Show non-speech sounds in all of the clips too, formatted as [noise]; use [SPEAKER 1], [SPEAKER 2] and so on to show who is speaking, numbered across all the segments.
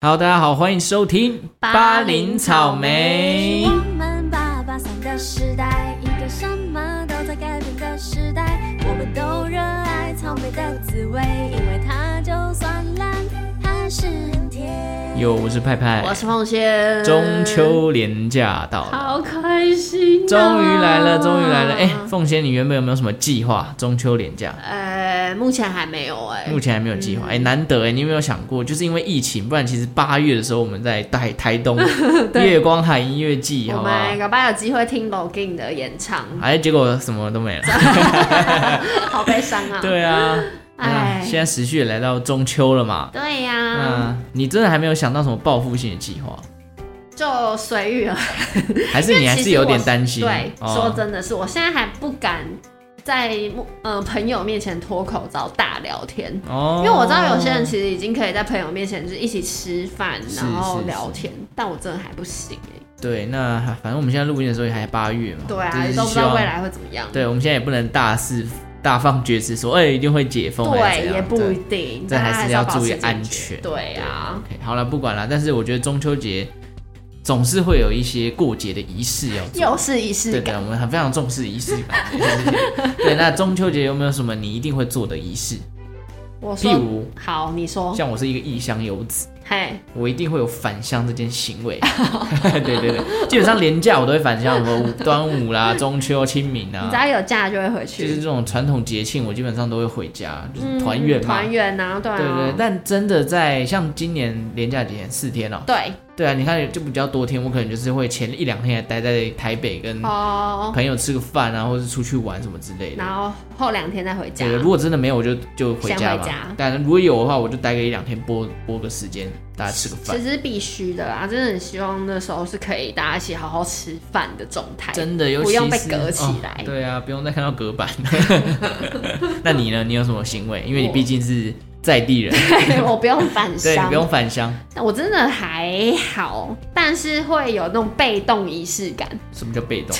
[SPEAKER 1] Hello，大家好，欢迎收听
[SPEAKER 2] 巴林草
[SPEAKER 1] 莓
[SPEAKER 2] 莓
[SPEAKER 3] 我们八八三的时代，一个什么都在改变的时代。我们都热爱草莓的滋味，因为它就算烂，还是很甜。
[SPEAKER 1] 有，我是派派。
[SPEAKER 2] 我是凤仙。
[SPEAKER 1] 哎中秋连假到了，
[SPEAKER 2] 好开心、啊
[SPEAKER 1] 终于来了，终于来了。哎、，凤仙，你原本有没有什么计划？中秋连假
[SPEAKER 2] 呃，目前还没有哎、
[SPEAKER 1] 目前还没有计划。哎、难得哎、你有没有想过，就是因为疫情，不然其实八月的时候我们在台台
[SPEAKER 2] [laughs]
[SPEAKER 1] 东月光海音乐季，好
[SPEAKER 2] 我
[SPEAKER 1] 不好？
[SPEAKER 2] 们搞不好有机会听 Login 的演唱， [laughs]
[SPEAKER 1] 哎，结果什么都没了。
[SPEAKER 2] 好悲伤啊！
[SPEAKER 1] [laughs] 对啊，
[SPEAKER 2] 哎嗯
[SPEAKER 1] 那现在时序也来到中秋了嘛。
[SPEAKER 2] 对呀、
[SPEAKER 1] 那你真的还没有想到什么报复性的计划，
[SPEAKER 2] 就随遇而
[SPEAKER 1] 还是你还是有点担心？
[SPEAKER 2] 对，
[SPEAKER 1] 哦
[SPEAKER 2] 说真的是，我现在还不敢在呃朋友面前脱口罩大聊天。
[SPEAKER 1] 哦，
[SPEAKER 2] 因为我知道有些人其实已经可以在朋友面前就是一起吃饭，
[SPEAKER 1] 是
[SPEAKER 2] 然后
[SPEAKER 1] 是
[SPEAKER 2] 聊
[SPEAKER 1] 是
[SPEAKER 2] 天，但我真的还不行哎。
[SPEAKER 1] 对，那反正我们现在录音的时候也还八月嘛，
[SPEAKER 2] 对
[SPEAKER 1] 就
[SPEAKER 2] 啊，
[SPEAKER 1] 是
[SPEAKER 2] 都不知
[SPEAKER 1] 希
[SPEAKER 2] 道
[SPEAKER 1] 望
[SPEAKER 2] 未。来会怎么样。
[SPEAKER 1] 对，我们现在也不能大肆大放厥词说，哎、一定会解封，还是怎
[SPEAKER 2] 对，
[SPEAKER 1] 样
[SPEAKER 2] 也不一
[SPEAKER 1] 对
[SPEAKER 2] 定，
[SPEAKER 1] 这
[SPEAKER 2] 大家
[SPEAKER 1] 还是
[SPEAKER 2] 要
[SPEAKER 1] 要
[SPEAKER 2] 保
[SPEAKER 1] 注意
[SPEAKER 2] 持警
[SPEAKER 1] 安
[SPEAKER 2] 觉
[SPEAKER 1] 全。
[SPEAKER 2] 对啊，
[SPEAKER 1] 对，OK，好了，不管了。但是我觉得中秋节总是会有一些过节的仪式要做。
[SPEAKER 2] 又是仪式
[SPEAKER 1] 对的，
[SPEAKER 2] 感。
[SPEAKER 1] 我们很非常重视仪式
[SPEAKER 2] [laughs]
[SPEAKER 1] 感。对，那中秋节有没有什么你一定会做的仪式？
[SPEAKER 2] 我
[SPEAKER 1] 譬
[SPEAKER 2] 说
[SPEAKER 1] 如，
[SPEAKER 2] 好，你说，
[SPEAKER 1] 像我是一个异乡游子，
[SPEAKER 2] 嘿，
[SPEAKER 1] 我一定会有返乡这件行为。 [laughs] 对对对，基本上连假我都会返乡，什么端午啦、中秋、清明
[SPEAKER 2] 你
[SPEAKER 1] 啊
[SPEAKER 2] 只，要有假就会回
[SPEAKER 1] 就是这
[SPEAKER 2] 去，
[SPEAKER 1] 种传统节庆，我基本上都会回家，就是
[SPEAKER 2] 嗯
[SPEAKER 1] 团圆嘛。
[SPEAKER 2] 团圆呐，对
[SPEAKER 1] 对对
[SPEAKER 2] 啊，，
[SPEAKER 1] 但真的在像今年连假几天，四天哦、
[SPEAKER 2] 对
[SPEAKER 1] 对啊，你看就比较多天，我可能就是会前一两天还待在台北跟
[SPEAKER 2] 哦，
[SPEAKER 1] 朋友吃个饭啊，或者是出去玩什么之类的。
[SPEAKER 2] 然后后两天再回家
[SPEAKER 1] 对，，如果真的没有，我就就回家
[SPEAKER 2] 先
[SPEAKER 1] 嘛
[SPEAKER 2] 回家。
[SPEAKER 1] 但如果有的话，我就待个一两天，播播个时间，大家吃个饭
[SPEAKER 2] 其。实是必须的啊啦，真的很希望那时候是可以大家一起好好吃饭的状态， [laughs]
[SPEAKER 1] 真的，尤
[SPEAKER 2] 不
[SPEAKER 1] 其
[SPEAKER 2] 用被
[SPEAKER 1] 是
[SPEAKER 2] 隔起
[SPEAKER 1] 哦
[SPEAKER 2] 来
[SPEAKER 1] 对啊，不用再看到隔
[SPEAKER 2] [laughs]
[SPEAKER 1] 板。那你呢？你有什么行为？因为你
[SPEAKER 2] 我
[SPEAKER 1] 毕竟是在地
[SPEAKER 2] [laughs]
[SPEAKER 1] 人，
[SPEAKER 2] 我不
[SPEAKER 1] [laughs]
[SPEAKER 2] 用返
[SPEAKER 1] 对，你
[SPEAKER 2] 乡
[SPEAKER 1] 不，用返乡。
[SPEAKER 2] 我真的还好，但是会有那种被动仪式感，
[SPEAKER 1] 什么叫被
[SPEAKER 2] [laughs]
[SPEAKER 1] 动？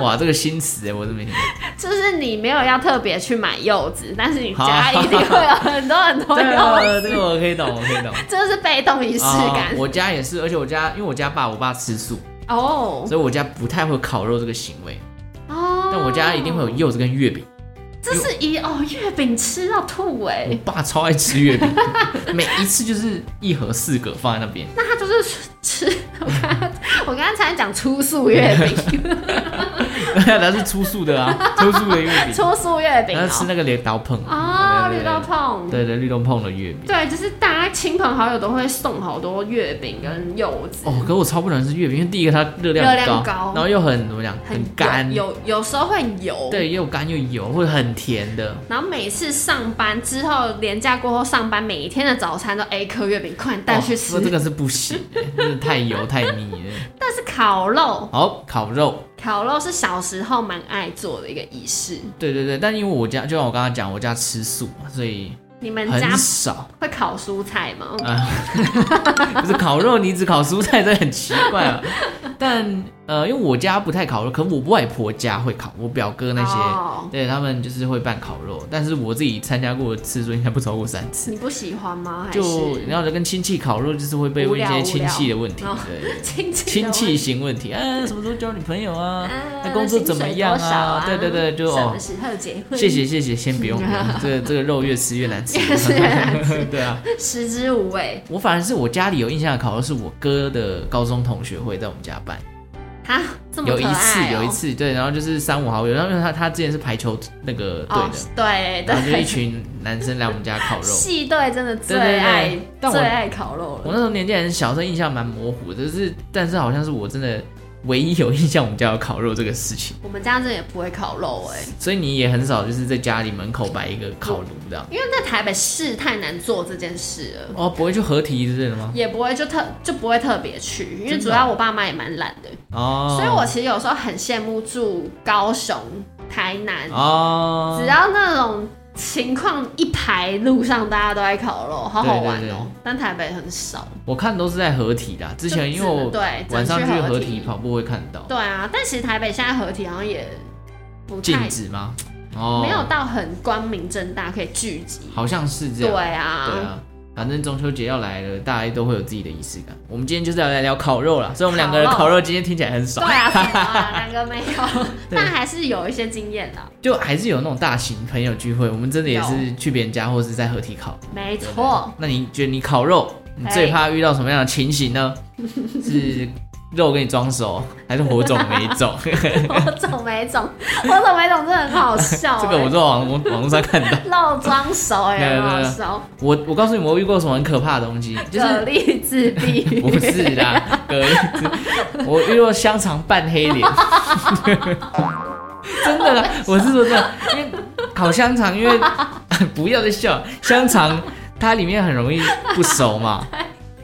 [SPEAKER 1] 哇，这个新词哎，我都没听过。
[SPEAKER 2] 就是你没有要特别去买柚子，但是你
[SPEAKER 1] 好
[SPEAKER 2] 家一定会有很多很多
[SPEAKER 1] 对啊，
[SPEAKER 2] 柚
[SPEAKER 1] 这
[SPEAKER 2] 子，
[SPEAKER 1] 个我可以懂，我可以
[SPEAKER 2] [laughs]
[SPEAKER 1] 懂。
[SPEAKER 2] 这是被动仪式
[SPEAKER 1] 啊
[SPEAKER 2] 感
[SPEAKER 1] 我家也是，而且我家因为我家爸我爸吃素，
[SPEAKER 2] 哦
[SPEAKER 1] 所啊以我家不太会有烤肉这个行为，
[SPEAKER 2] 哦。
[SPEAKER 1] 但我家一定会有，柚子跟月饼。
[SPEAKER 2] 这是一哦月饼吃到吐哎、
[SPEAKER 1] 我爸超爱吃月饼， [laughs] 每一次就是一盒四个放在
[SPEAKER 2] [laughs]
[SPEAKER 1] 那边。 [laughs]
[SPEAKER 2] 那他就是吃我刚刚我刚刚才讲粗素月
[SPEAKER 1] [laughs]
[SPEAKER 2] 饼，
[SPEAKER 1] 他是出素的啊，出素的月
[SPEAKER 2] [laughs]
[SPEAKER 1] 饼。
[SPEAKER 2] 粗素月饼
[SPEAKER 1] 然后吃
[SPEAKER 2] 哦，
[SPEAKER 1] 那个绿豆碰啊
[SPEAKER 2] 哦绿豆，碰，
[SPEAKER 1] 对对对对对绿豆碰的月饼。
[SPEAKER 2] 对，就是大家亲朋好友都会送好多月饼跟柚子，
[SPEAKER 1] 哦，可我超不能吃月饼，因为第一个它热量
[SPEAKER 2] 热
[SPEAKER 1] 很高，
[SPEAKER 2] 量高
[SPEAKER 1] 然后又很怎么讲，很
[SPEAKER 2] 油
[SPEAKER 1] 干，
[SPEAKER 2] 有有时候会油。
[SPEAKER 1] 对，又干又油，或者很甜的。
[SPEAKER 2] 然后每次上班之后，连假过后上班，每一天的早餐都 A 颗月饼，快点带去吃。
[SPEAKER 1] 哦这个是不行，真的太油太腻了。
[SPEAKER 2] 但是烤肉，
[SPEAKER 1] 好，烤肉，
[SPEAKER 2] 烤肉是小时候蛮爱做的一个仪式。
[SPEAKER 1] 对对对，但因为我家，就像我刚刚讲，我家吃素嘛，所以
[SPEAKER 2] 你们
[SPEAKER 1] 很
[SPEAKER 2] 家 [laughs]
[SPEAKER 1] 少。
[SPEAKER 2] 会烤蔬菜吗？
[SPEAKER 1] 不是烤肉，你只烤蔬菜，这很奇怪啊。但呃，因为我家不太烤肉，可我外婆家会烤，我表哥那些。
[SPEAKER 2] 哦、
[SPEAKER 1] 对他们就是会办烤肉，但是我自己参加过的次数应该不超过三次。
[SPEAKER 2] 你不喜欢吗？还
[SPEAKER 1] 就是然后就跟亲戚烤肉，就是会被问一
[SPEAKER 2] 无聊
[SPEAKER 1] 些
[SPEAKER 2] 无
[SPEAKER 1] 亲戚的问题
[SPEAKER 2] 聊，
[SPEAKER 1] 对，
[SPEAKER 2] [laughs] 亲戚的
[SPEAKER 1] 亲
[SPEAKER 2] 问
[SPEAKER 1] 戚型问题，啊，什么时候交女朋友啊？
[SPEAKER 2] 啊
[SPEAKER 1] 那工作怎么样
[SPEAKER 2] 薪水多少啊？
[SPEAKER 1] 对对对，就
[SPEAKER 2] 什
[SPEAKER 1] 哦
[SPEAKER 2] 么，时候结婚？
[SPEAKER 1] 谢谢，谢谢，先不
[SPEAKER 2] [laughs]
[SPEAKER 1] 用，不用这个这个肉越吃越难吃，
[SPEAKER 2] 越吃越难
[SPEAKER 1] [laughs] 对啊，
[SPEAKER 2] 食之无味。
[SPEAKER 1] 我反而是我家里有印象的烤肉是我哥的高中同学会在我们家办，
[SPEAKER 2] 哈，这么
[SPEAKER 1] 有
[SPEAKER 2] 可
[SPEAKER 1] 一次
[SPEAKER 2] 爱哦、
[SPEAKER 1] 有一次对，然后就是三五好友，然后因为他他之前是排球那个队
[SPEAKER 2] 哦
[SPEAKER 1] 的，，
[SPEAKER 2] 对
[SPEAKER 1] 然后就一
[SPEAKER 2] 对，
[SPEAKER 1] 群男生来我们家烤肉。
[SPEAKER 2] [laughs] 系队真的最
[SPEAKER 1] 对对对
[SPEAKER 2] 爱
[SPEAKER 1] 但我
[SPEAKER 2] 最爱烤肉
[SPEAKER 1] 我
[SPEAKER 2] 了。
[SPEAKER 1] 那时候年纪很小，所以印象蛮模糊的，就是但是好像是我真的唯一有印象我们家有烤肉这个事情，
[SPEAKER 2] 我们家真的也不会烤肉哎、
[SPEAKER 1] 所以你也很少就是在家里门口摆一个烤炉这样。
[SPEAKER 2] 因为在台北市太难做这件事了，
[SPEAKER 1] 哦，不会去合体之类的吗？
[SPEAKER 2] 也不会就特就不会特别去，因为
[SPEAKER 1] 真的
[SPEAKER 2] 主
[SPEAKER 1] 哦
[SPEAKER 2] 要我爸妈也蛮懒的，
[SPEAKER 1] 哦，
[SPEAKER 2] 所以我其实有时候很羡慕住高雄、台南，
[SPEAKER 1] 哦
[SPEAKER 2] 只，要那种情况一排路上大家都在烤肉，好好玩
[SPEAKER 1] 对对对
[SPEAKER 2] 哦、但台北很少，
[SPEAKER 1] 我看都是在合体啦。之前因为
[SPEAKER 2] 就只
[SPEAKER 1] 我
[SPEAKER 2] 对
[SPEAKER 1] 晚上
[SPEAKER 2] 只
[SPEAKER 1] 去
[SPEAKER 2] 能去
[SPEAKER 1] 合
[SPEAKER 2] 合
[SPEAKER 1] 体
[SPEAKER 2] 体
[SPEAKER 1] 跑步会看到，
[SPEAKER 2] 对啊，但其实台北现在合体好像也不
[SPEAKER 1] 禁
[SPEAKER 2] 太
[SPEAKER 1] 止吗？哦，
[SPEAKER 2] 没有，到很光明正大可以聚集，
[SPEAKER 1] 好像是这
[SPEAKER 2] 对
[SPEAKER 1] 样。
[SPEAKER 2] 啊，
[SPEAKER 1] 对啊，反正中秋节要来了，大家都会有自己的仪式感。我们今天就是要来聊烤肉啦，所以我们两个人
[SPEAKER 2] 烤肉
[SPEAKER 1] 烤肉今天听起来很爽，
[SPEAKER 2] 对啊，什么啊，两个没有，
[SPEAKER 1] [laughs] 对
[SPEAKER 2] 但还是有一些经验的，
[SPEAKER 1] 就还是有那种大型朋友聚会，我们真的也是去别人家或是在合体烤。
[SPEAKER 2] 没错，
[SPEAKER 1] 那你觉得你烤肉，你最怕遇到什么样的情形呢？是肉给你装熟，还是火种没种？ [laughs]
[SPEAKER 2] 我总没种，我总没种，真的很好笑欸、
[SPEAKER 1] 这个我在网网网络上看到。
[SPEAKER 2] 肉装熟哎、
[SPEAKER 1] 对
[SPEAKER 2] 很
[SPEAKER 1] 对
[SPEAKER 2] 好
[SPEAKER 1] 对
[SPEAKER 2] 笑，
[SPEAKER 1] 我我告诉你，我遇过什么很可怕的东西，就
[SPEAKER 2] 蛤
[SPEAKER 1] 是
[SPEAKER 2] 蜊自闭，
[SPEAKER 1] [laughs] 不是啦，隔一次我遇到香肠半黑脸， [laughs] 真的啦，我是说真的，因为烤香肠，因为 [laughs] 不要再笑，香肠它里面很容易不熟
[SPEAKER 2] [laughs]
[SPEAKER 1] 嘛，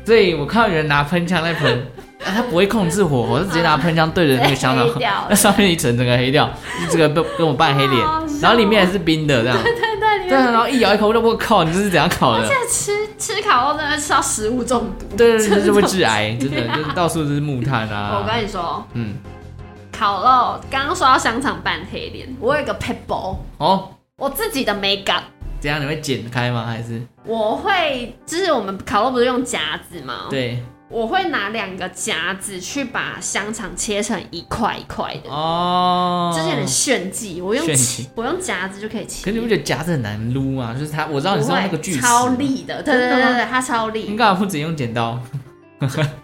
[SPEAKER 1] 所以我看到有人拿喷枪在喷。啊他不会控制火，我就直接拿喷枪对着那个香肠
[SPEAKER 2] 对黑掉，
[SPEAKER 1] 那上面一层整个黑掉，这个跟跟我半黑脸
[SPEAKER 2] 好好笑，啊
[SPEAKER 1] 然后里面还是冰的这样，
[SPEAKER 2] 对对，你
[SPEAKER 1] 对，啊然后一咬一口，我就我靠，你这是怎样
[SPEAKER 2] [laughs]
[SPEAKER 1] 烤的？
[SPEAKER 2] 这吃吃烤肉真的吃到食物中毒，
[SPEAKER 1] 对对
[SPEAKER 2] 真
[SPEAKER 1] 对，
[SPEAKER 2] 的
[SPEAKER 1] 就是会致癌，真的，就是到处都是木炭啊。
[SPEAKER 2] 我跟你说，
[SPEAKER 1] 嗯，
[SPEAKER 2] 烤肉刚刚说到香肠拌黑脸，我有一个 pebble，
[SPEAKER 1] 哦，
[SPEAKER 2] 我自己的美感。
[SPEAKER 1] 怎样？你会剪开吗？还是
[SPEAKER 2] 我会，就是我们烤肉不是用夹子吗？，
[SPEAKER 1] 对？
[SPEAKER 2] 我会拿两个夹子去把香肠切成一块一块的，
[SPEAKER 1] 哦，
[SPEAKER 2] 这是有点炫技。我用
[SPEAKER 1] 炫技
[SPEAKER 2] [laughs] 我用夹子就可以切，
[SPEAKER 1] 可是你不觉得夹子很难撸吗？就是它，我知道你是用那个锯
[SPEAKER 2] 不
[SPEAKER 1] 齿，
[SPEAKER 2] 会超。利的，对对
[SPEAKER 1] 真的
[SPEAKER 2] 对
[SPEAKER 1] 吗
[SPEAKER 2] 对，它超
[SPEAKER 1] 你
[SPEAKER 2] 利。
[SPEAKER 1] 干嘛不直接用剪刀？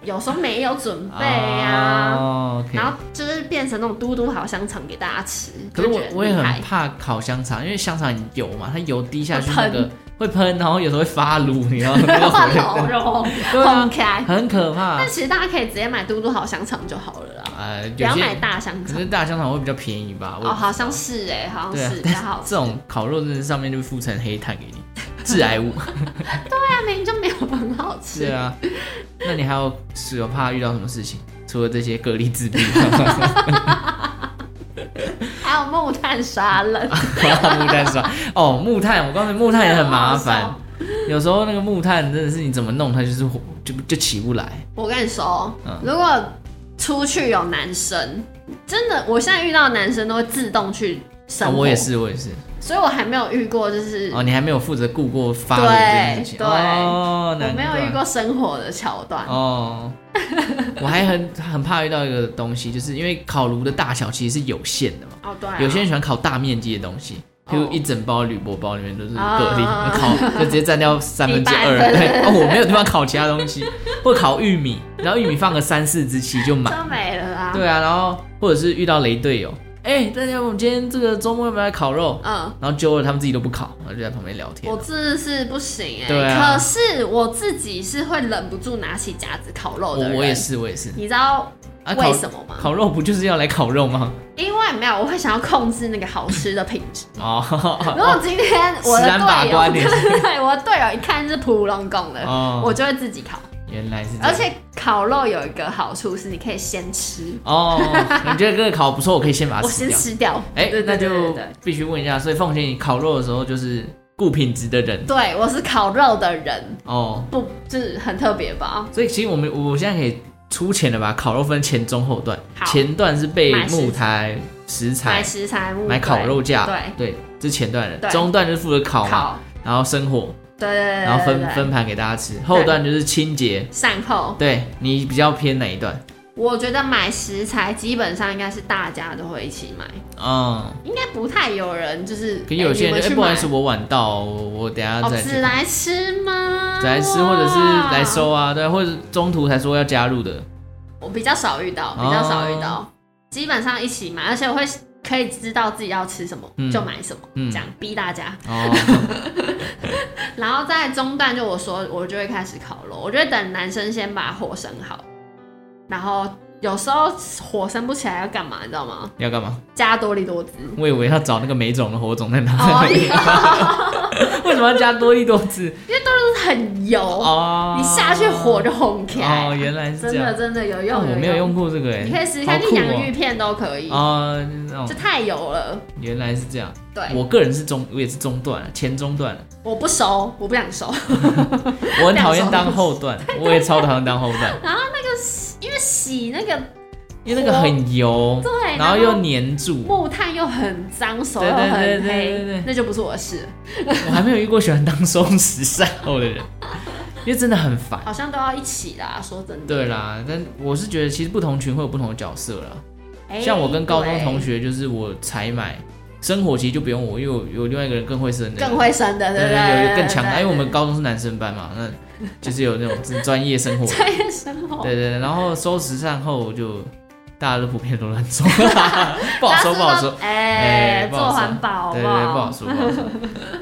[SPEAKER 2] 有时候没有准备啊，
[SPEAKER 1] 哦，OK，
[SPEAKER 2] 然后就是变成那种嘟嘟好香肠给大家吃。
[SPEAKER 1] 可是
[SPEAKER 2] 就
[SPEAKER 1] 我
[SPEAKER 2] 觉得
[SPEAKER 1] 我也
[SPEAKER 2] 厉害
[SPEAKER 1] 很怕烤香肠，因为香肠很油嘛，它油滴下去
[SPEAKER 2] 会
[SPEAKER 1] 那
[SPEAKER 2] 喷
[SPEAKER 1] 个会喷，然后有时候会发炉，你知道吗？
[SPEAKER 2] [laughs]
[SPEAKER 1] 那个
[SPEAKER 2] 怕
[SPEAKER 1] 火
[SPEAKER 2] 烤肉
[SPEAKER 1] [laughs] 对啊
[SPEAKER 2] 很可爱。
[SPEAKER 1] 很可怕
[SPEAKER 2] 但。其实大家可以直接买嘟嘟好香肠就好了啦，
[SPEAKER 1] 呃，
[SPEAKER 2] 不
[SPEAKER 1] 有
[SPEAKER 2] 要买
[SPEAKER 1] 些
[SPEAKER 2] 大香
[SPEAKER 1] 可
[SPEAKER 2] 肠。
[SPEAKER 1] 是大香肠会比较便宜吧？我
[SPEAKER 2] 哦，好像是哎、好
[SPEAKER 1] 对
[SPEAKER 2] 像
[SPEAKER 1] 啊
[SPEAKER 2] 是比较好吃。
[SPEAKER 1] 这种烤肉真的是上面就附层黑炭给你，致癌物。
[SPEAKER 2] 那明明就没有很好
[SPEAKER 1] [laughs]
[SPEAKER 2] 吃。
[SPEAKER 1] 是啊，那你还有是有怕遇到什么事情？除了这些隔离自闭、
[SPEAKER 2] [laughs] 还有木炭沙冷，
[SPEAKER 1] 木炭是吧？哦，木炭，我告诉你，木炭也很麻烦。有时候那个木炭真的是你怎么弄，它就是火就就起不来。
[SPEAKER 2] 我跟你说哦
[SPEAKER 1] 嗯，
[SPEAKER 2] 如果出去有男生，真的，我现在遇到的男生都会自动去生
[SPEAKER 1] 啊
[SPEAKER 2] 火，
[SPEAKER 1] 我也，是，我也是。
[SPEAKER 2] 所以我还没有遇过，就是、
[SPEAKER 1] 哦，你还没有负责顾过发火这件事情。
[SPEAKER 2] 对对
[SPEAKER 1] 哦，
[SPEAKER 2] 我
[SPEAKER 1] 难
[SPEAKER 2] 没
[SPEAKER 1] 怪
[SPEAKER 2] 有遇。过生火的桥段。
[SPEAKER 1] 哦，我还很很怕遇到一个东西，就是因为烤炉的大小其实是有限的嘛。
[SPEAKER 2] 哦，对啊、
[SPEAKER 1] 有些人喜欢烤大面积的东西，
[SPEAKER 2] 哦
[SPEAKER 1] 譬如一整包铝箔包里面都是
[SPEAKER 2] 啊
[SPEAKER 1] 蛤蜊，
[SPEAKER 2] 啊啊
[SPEAKER 1] 烤就直接占掉三分之
[SPEAKER 2] [laughs]
[SPEAKER 1] 二。
[SPEAKER 2] 一半
[SPEAKER 1] 对，哦，我没有地方烤其他东西，或烤玉米，然后玉米放个三四只起就满。
[SPEAKER 2] 就没了啊。
[SPEAKER 1] 对啊，然后或者是遇到雷队友，哎、大家我们今天这个周末要不要来烤肉？
[SPEAKER 2] 嗯，
[SPEAKER 1] 然后揪了他们自己都不烤，然后就在旁边聊天
[SPEAKER 2] 我。真的是不行哎、
[SPEAKER 1] 对啊
[SPEAKER 2] 可是我自己是会忍不住拿起夹子烤肉
[SPEAKER 1] 我
[SPEAKER 2] 的人。
[SPEAKER 1] 我也。是，我也是。
[SPEAKER 2] 你知道
[SPEAKER 1] 啊烤
[SPEAKER 2] 为什么吗？
[SPEAKER 1] 烤肉不就是要来烤肉
[SPEAKER 2] [laughs]
[SPEAKER 1] 吗？
[SPEAKER 2] 因为没有，我会想要控制那个好吃的品质。
[SPEAKER 1] [laughs] 哦，
[SPEAKER 2] 如果今天我的
[SPEAKER 1] 食安把
[SPEAKER 2] 队友，
[SPEAKER 1] 关
[SPEAKER 2] 对对 [laughs] 对，我的队友一看是普龙贡
[SPEAKER 1] [laughs]
[SPEAKER 2] 的，
[SPEAKER 1] 哦
[SPEAKER 2] 我就会自己烤。
[SPEAKER 1] 原来是这样。
[SPEAKER 2] 而且烤肉有一个好处是，你可以先吃，
[SPEAKER 1] 哦， [laughs] 你觉得这个烤不错，我可以先把它
[SPEAKER 2] 我
[SPEAKER 1] 吃
[SPEAKER 2] 先
[SPEAKER 1] 掉。
[SPEAKER 2] 吃掉。
[SPEAKER 1] 哎、
[SPEAKER 2] 对
[SPEAKER 1] 那
[SPEAKER 2] 对对对
[SPEAKER 1] 就
[SPEAKER 2] 对，
[SPEAKER 1] 必须问一下，所以奉献你烤肉的时候就是顾品质的人
[SPEAKER 2] 对我是烤肉的人，
[SPEAKER 1] 哦。
[SPEAKER 2] 不就是很特别吧？
[SPEAKER 1] 所以其实我们我现在可以粗浅的把烤肉分前中后段，
[SPEAKER 2] 好
[SPEAKER 1] 前段是备
[SPEAKER 2] 买食
[SPEAKER 1] 木材、食
[SPEAKER 2] 买
[SPEAKER 1] 材、
[SPEAKER 2] 食材物，
[SPEAKER 1] 买烤肉架，
[SPEAKER 2] 对
[SPEAKER 1] 对，这是前段的。
[SPEAKER 2] 对
[SPEAKER 1] 中段就是负责烤嘛，
[SPEAKER 2] 烤，
[SPEAKER 1] 然后生火，
[SPEAKER 2] 对对对对，
[SPEAKER 1] 然后分
[SPEAKER 2] 对对
[SPEAKER 1] 分盘给大家吃。后段就是清洁，
[SPEAKER 2] 善后。
[SPEAKER 1] 对你比较偏哪一段？
[SPEAKER 2] 我觉得买食材基本上应该是大家都会一起买，
[SPEAKER 1] 嗯，
[SPEAKER 2] 应该不太有人就是。
[SPEAKER 1] 可有些人就、
[SPEAKER 2] 哎你们
[SPEAKER 1] 哎
[SPEAKER 2] 去
[SPEAKER 1] 不好意
[SPEAKER 2] 买
[SPEAKER 1] 思，我晚到哦，我我等一下
[SPEAKER 2] 哦，
[SPEAKER 1] 再去
[SPEAKER 2] 只来吃吗？
[SPEAKER 1] 只来吃，或者是来。收啊，对，或者是中途才说要加入的。
[SPEAKER 2] 我比较少遇到，比
[SPEAKER 1] 哦
[SPEAKER 2] 较少遇到，基本上一起买，而且我会可以知道自己要吃什么、
[SPEAKER 1] 嗯
[SPEAKER 2] 就买什么，
[SPEAKER 1] 嗯
[SPEAKER 2] 这样逼大家。
[SPEAKER 1] 哦，
[SPEAKER 2] 然后在中段就我说，我就会开始烤肉。我就会等男生先把火生好，然后有时候火生不起来要干嘛，你知道吗？
[SPEAKER 1] 要干嘛？
[SPEAKER 2] 加多利多汁。
[SPEAKER 1] 我以为要找那个美种的火种在哪
[SPEAKER 2] 哦，
[SPEAKER 1] 里， [laughs] 为什么要加多利多汁？
[SPEAKER 2] 就是很油，
[SPEAKER 1] 哦，
[SPEAKER 2] 你下去火就红起来。啊
[SPEAKER 1] 哦，原来是
[SPEAKER 2] 真
[SPEAKER 1] 这
[SPEAKER 2] 的
[SPEAKER 1] 样。
[SPEAKER 2] 真的有
[SPEAKER 1] 但
[SPEAKER 2] 用，
[SPEAKER 1] 我没有用，过这个哎，
[SPEAKER 2] 你可以试试看，
[SPEAKER 1] 好
[SPEAKER 2] 就
[SPEAKER 1] 酷
[SPEAKER 2] 洋芋
[SPEAKER 1] 哦
[SPEAKER 2] 片都可以，
[SPEAKER 1] 哦，那种
[SPEAKER 2] 就太油了。
[SPEAKER 1] 原来是这样。
[SPEAKER 2] 对，
[SPEAKER 1] 我个人是中，我也是中段了，前中
[SPEAKER 2] [laughs]
[SPEAKER 1] 段了。
[SPEAKER 2] 我不熟，我不想熟。
[SPEAKER 1] 我很讨厌当后段，我也超讨厌当后
[SPEAKER 2] [laughs]
[SPEAKER 1] 段，
[SPEAKER 2] 因为洗那个
[SPEAKER 1] 因为那个很油，
[SPEAKER 2] 对，
[SPEAKER 1] 然后又黏住。
[SPEAKER 2] 木炭又很脏，手
[SPEAKER 1] 对
[SPEAKER 2] 又
[SPEAKER 1] 对
[SPEAKER 2] 很
[SPEAKER 1] 对
[SPEAKER 2] 黑，
[SPEAKER 1] 对对对
[SPEAKER 2] 那就不是我的事。
[SPEAKER 1] 我还没有遇过喜欢当松弛善后的人，因为真的很烦。
[SPEAKER 2] 好像都要一起啦。说真的，
[SPEAKER 1] 对啦，但我是觉得其实不同群会有不同的角色啦。
[SPEAKER 2] 哎
[SPEAKER 1] 像我跟高中同学，就是我采买，生活其实就不用我，因为我有另外一个人更会生的，
[SPEAKER 2] 对更会生的，
[SPEAKER 1] 对对
[SPEAKER 2] 对不
[SPEAKER 1] 对，有
[SPEAKER 2] 对？
[SPEAKER 1] 一个更强大，因为
[SPEAKER 2] [laughs]
[SPEAKER 1] 我们
[SPEAKER 2] 高
[SPEAKER 1] 高中是男生班嘛，那就是有那种专业
[SPEAKER 2] [laughs]
[SPEAKER 1] 生活。
[SPEAKER 2] 专业生活，
[SPEAKER 1] 对对对，然后收拾善后就大家都普遍都乱
[SPEAKER 2] [laughs]
[SPEAKER 1] 收，不好
[SPEAKER 2] 大家
[SPEAKER 1] 说
[SPEAKER 2] 知
[SPEAKER 1] 不好
[SPEAKER 2] 道
[SPEAKER 1] 说，
[SPEAKER 2] 哎
[SPEAKER 1] 哎，不好
[SPEAKER 2] 做
[SPEAKER 1] 说
[SPEAKER 2] 环保，
[SPEAKER 1] 对对对，不好说不好说。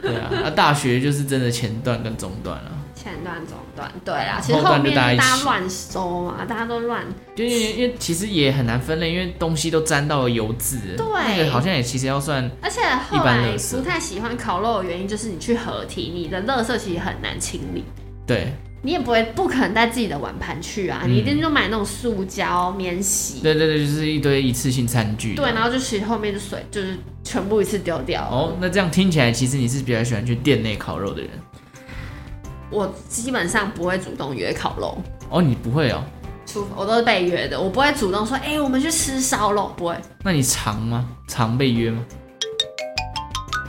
[SPEAKER 1] 对
[SPEAKER 2] [laughs]
[SPEAKER 1] 啊，那大学就是真的前段跟中段啊了、
[SPEAKER 2] 前段、中段，对啦，其实
[SPEAKER 1] 后段
[SPEAKER 2] 后
[SPEAKER 1] 就
[SPEAKER 2] 面
[SPEAKER 1] 大家
[SPEAKER 2] 大
[SPEAKER 1] 一起
[SPEAKER 2] 家乱收嘛，大家都乱，
[SPEAKER 1] 就因为因为其实也很难分类，因为东西都沾到了油渍，
[SPEAKER 2] 对
[SPEAKER 1] 那个好像也其实要算
[SPEAKER 2] 而且后
[SPEAKER 1] 一般
[SPEAKER 2] 来
[SPEAKER 1] 垃圾
[SPEAKER 2] 不太喜欢烤肉的原因就是你去合体，你的垃圾其实很难清理，
[SPEAKER 1] 对
[SPEAKER 2] 你也不会不可能带自己的碗盘去啊，
[SPEAKER 1] 嗯
[SPEAKER 2] 你一定就买那种塑胶免洗，
[SPEAKER 1] 对对对，就是一堆一次性餐具。
[SPEAKER 2] 对，然后就其实后面就水就是全部一次丢掉。
[SPEAKER 1] 哦，那这样听起来，其实你是比较喜欢去店内烤肉的人
[SPEAKER 2] 我基本上不会主动约烤肉，
[SPEAKER 1] 哦，你不会哦？
[SPEAKER 2] 除我都是被约的，我不会主动说，哎、我们去吃烧肉，不会，
[SPEAKER 1] 那你常吗？常被约吗？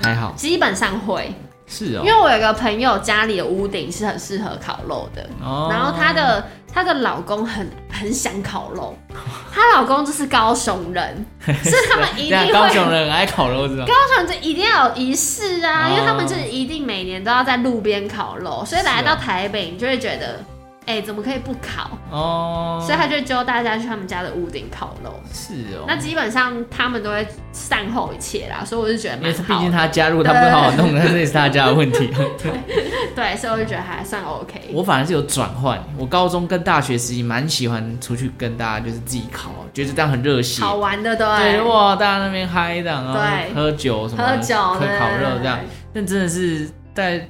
[SPEAKER 1] 还好，
[SPEAKER 2] 基本上会，
[SPEAKER 1] 是
[SPEAKER 2] 因
[SPEAKER 1] 哦。
[SPEAKER 2] 为我有一个朋友家里的屋顶是很适合烤肉的，
[SPEAKER 1] 哦，
[SPEAKER 2] 然后她的她的老公很很想烤肉，她老公就是高
[SPEAKER 1] [laughs]
[SPEAKER 2] 雄人，所以他们
[SPEAKER 1] 对
[SPEAKER 2] 一定
[SPEAKER 1] 啊，
[SPEAKER 2] 会
[SPEAKER 1] 高雄人很爱烤肉是吧？
[SPEAKER 2] 高雄就一定要有仪式啊，
[SPEAKER 1] 哦
[SPEAKER 2] 因为他们就是一定每年都要在路边烤肉，所以
[SPEAKER 1] 啊
[SPEAKER 2] 来到台北你就会觉得，哎、怎么可以不烤？
[SPEAKER 1] 哦，
[SPEAKER 2] 所以他就揪大家去他们家的屋顶烤肉。
[SPEAKER 1] 是哦。
[SPEAKER 2] 啊那基本上他们都会善后一切啦，所以我就觉得
[SPEAKER 1] 因为
[SPEAKER 2] 蛮
[SPEAKER 1] 毕
[SPEAKER 2] 好
[SPEAKER 1] 竟
[SPEAKER 2] 的。
[SPEAKER 1] 他加入，他不好好弄，那这也是他家的问题。 [laughs]
[SPEAKER 2] 对，所以我就觉得还算 OK。
[SPEAKER 1] 我反而是有转换，我高中跟大学时期蛮喜欢出去跟大家就是自己烤，觉得这样很热血。
[SPEAKER 2] 好玩的
[SPEAKER 1] 对
[SPEAKER 2] 对，
[SPEAKER 1] 哇，大家那边嗨的，然后
[SPEAKER 2] 对
[SPEAKER 1] 喝酒什么的，
[SPEAKER 2] 喝酒
[SPEAKER 1] 喝
[SPEAKER 2] 对
[SPEAKER 1] 烤肉这样。但真的是在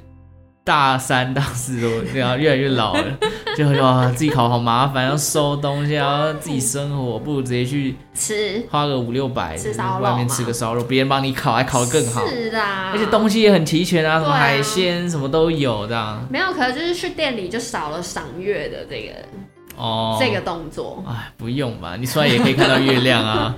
[SPEAKER 1] 大三、大四都这样，越来越老
[SPEAKER 2] [laughs]
[SPEAKER 1] 了，就很哇，自己烤好麻烦，要收东西，然后自己生活，不如直接去
[SPEAKER 2] 吃
[SPEAKER 1] 花个五六百，
[SPEAKER 2] 吃烧肉
[SPEAKER 1] 外面
[SPEAKER 2] 嘛
[SPEAKER 1] 吃个烧肉，别人帮你烤，还烤得更好，
[SPEAKER 2] 是啊啦，
[SPEAKER 1] 而且东西也很齐全啊，什
[SPEAKER 2] 对
[SPEAKER 1] 么
[SPEAKER 2] 啊
[SPEAKER 1] 海鲜、什么都有这样。
[SPEAKER 2] 没有，可能就是去店里就少了赏月的这个、
[SPEAKER 1] 哦，
[SPEAKER 2] 这个
[SPEAKER 1] [laughs]
[SPEAKER 2] 动作，
[SPEAKER 1] 哎，不用吧，你虽然也可以看到月亮啊，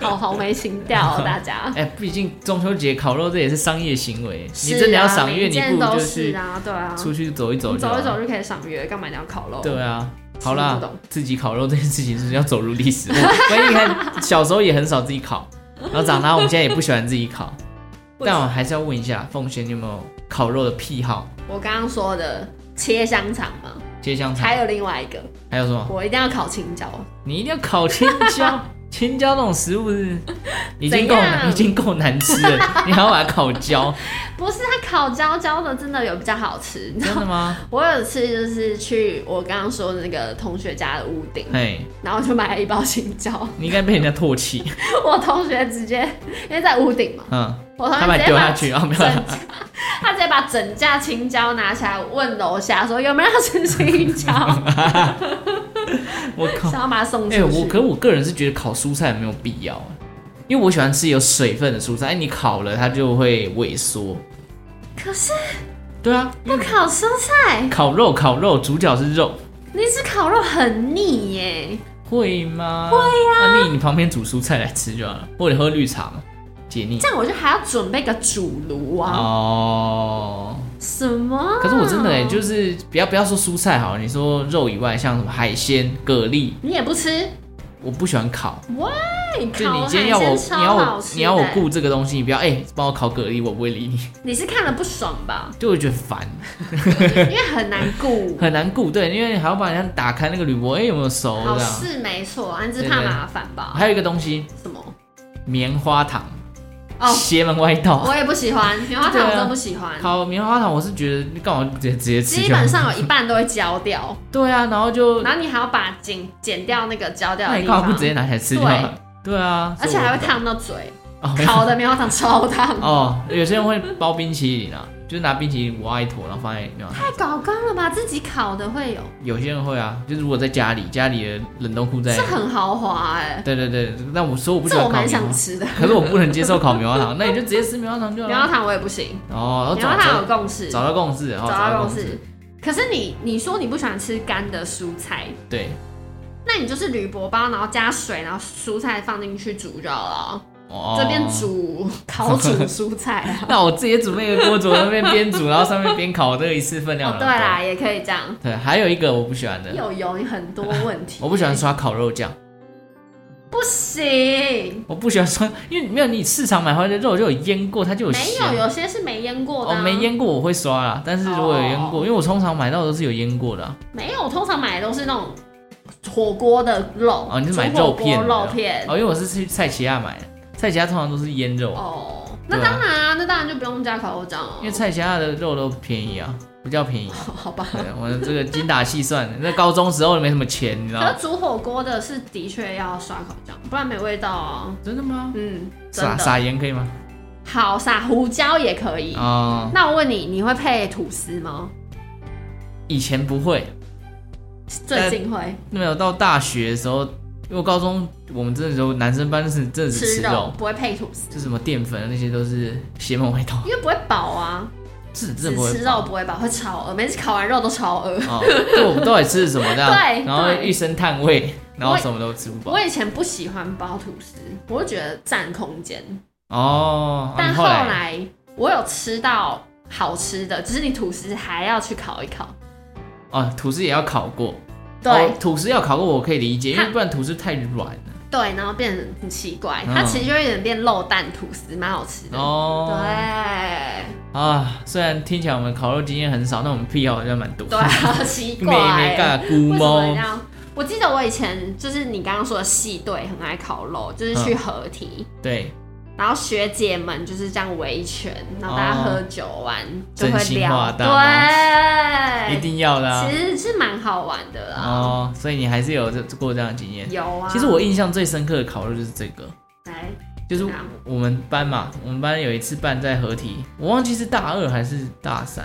[SPEAKER 2] 好好没情调、哦，大家。
[SPEAKER 1] 哎，毕竟中秋节烤肉这也是商业行
[SPEAKER 2] [laughs]
[SPEAKER 1] 为， [laughs] 你
[SPEAKER 2] 是
[SPEAKER 1] 真的要
[SPEAKER 2] 啊
[SPEAKER 1] 赏月，
[SPEAKER 2] 每
[SPEAKER 1] 你
[SPEAKER 2] 件
[SPEAKER 1] 不如
[SPEAKER 2] 都
[SPEAKER 1] 就是去
[SPEAKER 2] 啊，对啊，
[SPEAKER 1] 出去走一走
[SPEAKER 2] 你
[SPEAKER 1] 就好
[SPEAKER 2] 走
[SPEAKER 1] 了，
[SPEAKER 2] 一走就可以赏月，干嘛一定要烤肉？
[SPEAKER 1] 对啊，
[SPEAKER 2] 吃
[SPEAKER 1] 好啦
[SPEAKER 2] 不懂，
[SPEAKER 1] 自己烤肉这件事情是要走入历
[SPEAKER 2] [laughs]
[SPEAKER 1] 史。我所以你看，小时候也很少自己烤，然后长大我们现在也不喜欢自己烤。
[SPEAKER 2] [laughs] 为什么
[SPEAKER 1] 但我还是要问一下，凤仙你有没有烤肉的癖好？
[SPEAKER 2] 我刚刚说的切香肠嘛，
[SPEAKER 1] 切香肠，
[SPEAKER 2] 还有另外一个，
[SPEAKER 1] 还有什么？
[SPEAKER 2] 我一定要烤青椒。
[SPEAKER 1] 你一定要烤青
[SPEAKER 2] [laughs]
[SPEAKER 1] 椒，青椒那种食物是已经够
[SPEAKER 2] 怎样
[SPEAKER 1] 已经够难吃了，你还要把它烤焦，
[SPEAKER 2] 不是，它烤焦焦的真的有比较好吃。 [laughs] 你知
[SPEAKER 1] 真
[SPEAKER 2] 道
[SPEAKER 1] 的吗？
[SPEAKER 2] 我有一次就是去我刚刚说的那个同学家的屋顶，
[SPEAKER 1] 嘿，
[SPEAKER 2] 然后就买了一包青椒。 [laughs]
[SPEAKER 1] 你应该被人家唾弃。
[SPEAKER 2] 我同学直接因为在屋顶嘛，
[SPEAKER 1] 嗯，
[SPEAKER 2] 我同
[SPEAKER 1] 他
[SPEAKER 2] 学
[SPEAKER 1] 把
[SPEAKER 2] 直
[SPEAKER 1] 你
[SPEAKER 2] 接
[SPEAKER 1] 丢
[SPEAKER 2] 把
[SPEAKER 1] 下去啊，没有啦
[SPEAKER 2] 整。架， [laughs] 他直接把整架青椒拿起来问楼下说有没有要吃青椒，
[SPEAKER 1] [laughs] 我靠
[SPEAKER 2] 想。要把它送出
[SPEAKER 1] 哎、
[SPEAKER 2] 去。
[SPEAKER 1] 我可我个人是觉得烤蔬菜没有必要，啊因为我喜欢吃有水分的蔬菜。哎、你烤了它就会萎缩。
[SPEAKER 2] 可是
[SPEAKER 1] 对啊，因
[SPEAKER 2] 不
[SPEAKER 1] 为
[SPEAKER 2] 烤蔬菜，
[SPEAKER 1] 烤肉烤肉主角是肉，
[SPEAKER 2] 你吃烤肉很腻耶。
[SPEAKER 1] 会吗？会呀、啊。那、你你旁边煮蔬菜来吃就好了，或者喝绿茶嘛，解腻
[SPEAKER 2] 这。样我就还要准备个主炉啊，
[SPEAKER 1] 哦，
[SPEAKER 2] 什么？
[SPEAKER 1] 可是我真的哎、
[SPEAKER 2] 啊
[SPEAKER 1] 就是不要不要说蔬菜好了，你说肉以外，像什么海鲜、蛤蜊，
[SPEAKER 2] 你也不吃，
[SPEAKER 1] 我不喜欢烤。
[SPEAKER 2] 那你
[SPEAKER 1] 就
[SPEAKER 2] 烤
[SPEAKER 1] 你今天
[SPEAKER 2] 海
[SPEAKER 1] 要我
[SPEAKER 2] 鲜
[SPEAKER 1] 你要
[SPEAKER 2] 超好
[SPEAKER 1] 我
[SPEAKER 2] 吃的欸
[SPEAKER 1] 你要我顾这个东西，你不要哎帮、我烤蛤蜊，我不会理你， [laughs]
[SPEAKER 2] 你是看了不爽吧？
[SPEAKER 1] 就会觉得烦。，
[SPEAKER 2] 因为很难顾
[SPEAKER 1] 很难顾，对，因为还要把人家打开那个铝箔，哎、有没有熟
[SPEAKER 2] 好
[SPEAKER 1] 这样？
[SPEAKER 2] 是没错，安只
[SPEAKER 1] 对
[SPEAKER 2] 怕
[SPEAKER 1] 对
[SPEAKER 2] 麻烦吧？
[SPEAKER 1] 还有一个东西，
[SPEAKER 2] 什么？
[SPEAKER 1] 棉花糖，
[SPEAKER 2] 哦
[SPEAKER 1] 邪门歪道。 [laughs]
[SPEAKER 2] 我也不喜欢，棉花
[SPEAKER 1] 对
[SPEAKER 2] 糖
[SPEAKER 1] 啊
[SPEAKER 2] 我真不喜欢。
[SPEAKER 1] 烤棉花糖，我是觉得你干嘛直接直接吃就好？
[SPEAKER 2] 基本上有一半都会焦掉，
[SPEAKER 1] 对啊，然后就
[SPEAKER 2] 然后你还要把剪剪掉那个焦掉
[SPEAKER 1] 那
[SPEAKER 2] 的
[SPEAKER 1] 你
[SPEAKER 2] 地
[SPEAKER 1] 干嘛
[SPEAKER 2] 方
[SPEAKER 1] 不，直接拿起来吃就好？对啊，
[SPEAKER 2] 而且还会烫到嘴。
[SPEAKER 1] 所以我
[SPEAKER 2] 烤的棉花糖超烫，
[SPEAKER 1] [laughs] 哦。没有哦，有些人会包冰淇淋啊， [laughs] 就是拿冰淇淋挖一坨，然后放在棉花糖。
[SPEAKER 2] 太搞纲了吧？自己烤的会有，
[SPEAKER 1] 有些人会啊，就是如果在家里，家里的冷冻库在
[SPEAKER 2] 这，很豪华哎、
[SPEAKER 1] 对对对，但我说我不喜
[SPEAKER 2] 这
[SPEAKER 1] 欢
[SPEAKER 2] 我
[SPEAKER 1] 烤
[SPEAKER 2] 蛮
[SPEAKER 1] 棉花
[SPEAKER 2] 想
[SPEAKER 1] 糖，
[SPEAKER 2] 吃 [laughs] 的。
[SPEAKER 1] 可是我不能接受烤棉花糖，那你就直接吃棉花糖就好
[SPEAKER 2] [laughs] 棉花
[SPEAKER 1] 了。
[SPEAKER 2] 糖我也不行，
[SPEAKER 1] 啊哦，
[SPEAKER 2] 棉
[SPEAKER 1] 然
[SPEAKER 2] 花
[SPEAKER 1] 后早
[SPEAKER 2] 糖有共识，
[SPEAKER 1] 找到共识，然后
[SPEAKER 2] 找到
[SPEAKER 1] 到
[SPEAKER 2] 共识。。可是你你说你不喜欢吃干的蔬菜，
[SPEAKER 1] 对，
[SPEAKER 2] 那你就是铝箔包，然后加水，然后蔬菜放进去煮就好了哦。
[SPEAKER 1] 哦。
[SPEAKER 2] 这边。煮烤煮蔬菜啊
[SPEAKER 1] [laughs] 那我自己也准备一个
[SPEAKER 2] [laughs]
[SPEAKER 1] 锅煮，那边边煮，然后上面边烤，这个一次分量
[SPEAKER 2] 哦，
[SPEAKER 1] 很
[SPEAKER 2] 对
[SPEAKER 1] 多。
[SPEAKER 2] 啦，也可以这样。
[SPEAKER 1] 对，还有一个我不喜欢的，
[SPEAKER 2] 有油很多问题，
[SPEAKER 1] 我不喜欢刷烤肉酱，
[SPEAKER 2] 不行，
[SPEAKER 1] 我不喜欢刷， [laughs] 因为没有你市场买回来的肉就有腌过，它就有
[SPEAKER 2] 没
[SPEAKER 1] 咸。
[SPEAKER 2] 有，啊哦有些是没腌过的、
[SPEAKER 1] 哦，
[SPEAKER 2] 啊。
[SPEAKER 1] 没，腌过我会刷啦，但是如果有腌过，因为我通常买到的都是有腌过的啊、
[SPEAKER 2] 没有。我通常买的都是那种火锅的肉，
[SPEAKER 1] 哦，你是买
[SPEAKER 2] 煮火
[SPEAKER 1] 肉
[SPEAKER 2] 锅
[SPEAKER 1] 片的
[SPEAKER 2] 肉片。
[SPEAKER 1] 哦，因为我是去菜奇亚买的，菜奇亚通常都是腌肉啊，
[SPEAKER 2] 呃哦，那
[SPEAKER 1] 对啊
[SPEAKER 2] 当然啊，那当然就不用加烤肉酱哦。
[SPEAKER 1] 因为菜奇亚的肉都便宜啊，比较便宜。
[SPEAKER 2] [laughs] 好吧。
[SPEAKER 1] 对，我这个精打细算，那高中时候没什么钱，你知道
[SPEAKER 2] 可
[SPEAKER 1] 吗
[SPEAKER 2] [laughs] 是？煮火锅的是的确要刷烤酱，不然没味道啊。
[SPEAKER 1] 真的吗？
[SPEAKER 2] 嗯，真
[SPEAKER 1] 撒
[SPEAKER 2] 的。
[SPEAKER 1] 撒盐可以吗？
[SPEAKER 2] 好，撒胡椒也可以。
[SPEAKER 1] 哦，
[SPEAKER 2] 那我问你，你会配吐司吗？
[SPEAKER 1] 以前不会，呃
[SPEAKER 2] 最近会。
[SPEAKER 1] 没有到大学的时候，因为我高中我们真的时候男生班是真的是
[SPEAKER 2] 吃
[SPEAKER 1] 吃
[SPEAKER 2] 肉
[SPEAKER 1] 肉，
[SPEAKER 2] 不会配吐司，
[SPEAKER 1] 就什么淀粉啊那些都是邪门歪道，
[SPEAKER 2] 因为不会饱啊，
[SPEAKER 1] 是真
[SPEAKER 2] 只
[SPEAKER 1] 的不会
[SPEAKER 2] 吃
[SPEAKER 1] 饱
[SPEAKER 2] 肉不会饱，会超饿，每次烤完肉都超饿。
[SPEAKER 1] 哦，对，我们到底吃什么这样？
[SPEAKER 2] [laughs] 对
[SPEAKER 1] 然后
[SPEAKER 2] 对
[SPEAKER 1] 一身炭味，然后什么都吃不饱
[SPEAKER 2] 我。以前不喜欢包吐司，我就觉得占空间，
[SPEAKER 1] 哦，啊
[SPEAKER 2] 但
[SPEAKER 1] 你
[SPEAKER 2] 后
[SPEAKER 1] 后来
[SPEAKER 2] 来我有吃到好吃的，只是你吐司还要去烤一烤。
[SPEAKER 1] 哦，吐司也要烤过。
[SPEAKER 2] 对、
[SPEAKER 1] 哦吐司要烤过，我可以理解，因为
[SPEAKER 2] 它
[SPEAKER 1] 不然吐司太软了。
[SPEAKER 2] 对，然后变得很奇怪，
[SPEAKER 1] 嗯
[SPEAKER 2] 它其实就有点变肉蛋吐司，蛮好吃的。
[SPEAKER 1] 哦，
[SPEAKER 2] 对，
[SPEAKER 1] 啊，虽然听起来我们烤肉经验很少，但我们癖好好像蛮多。
[SPEAKER 2] 对啊，好奇
[SPEAKER 1] [laughs] 妹
[SPEAKER 2] 怪、
[SPEAKER 1] 妹
[SPEAKER 2] 欸。
[SPEAKER 1] 嘎咕
[SPEAKER 2] 为什么这
[SPEAKER 1] 猫，
[SPEAKER 2] 样？我记得我以前就是你刚刚说的系队很爱烤肉，就是去
[SPEAKER 1] 嗯
[SPEAKER 2] 合体，
[SPEAKER 1] 对，
[SPEAKER 2] 然后学姐们就是这样围一圈，然后大家
[SPEAKER 1] 哦
[SPEAKER 2] 喝酒玩、就
[SPEAKER 1] 真
[SPEAKER 2] 会
[SPEAKER 1] 心话
[SPEAKER 2] 聊，
[SPEAKER 1] 大
[SPEAKER 2] 对，
[SPEAKER 1] 一定要的啊。
[SPEAKER 2] 其实是蛮好玩的啦。
[SPEAKER 1] 哦，所以你还是有这过这样的经验。
[SPEAKER 2] 有啊，
[SPEAKER 1] 其实我印象最深刻的烤肉就是这个，
[SPEAKER 2] 来
[SPEAKER 1] 就是
[SPEAKER 2] 怎样
[SPEAKER 1] 我们班嘛，我们班有一次办在合体，我忘记是大二还是大三，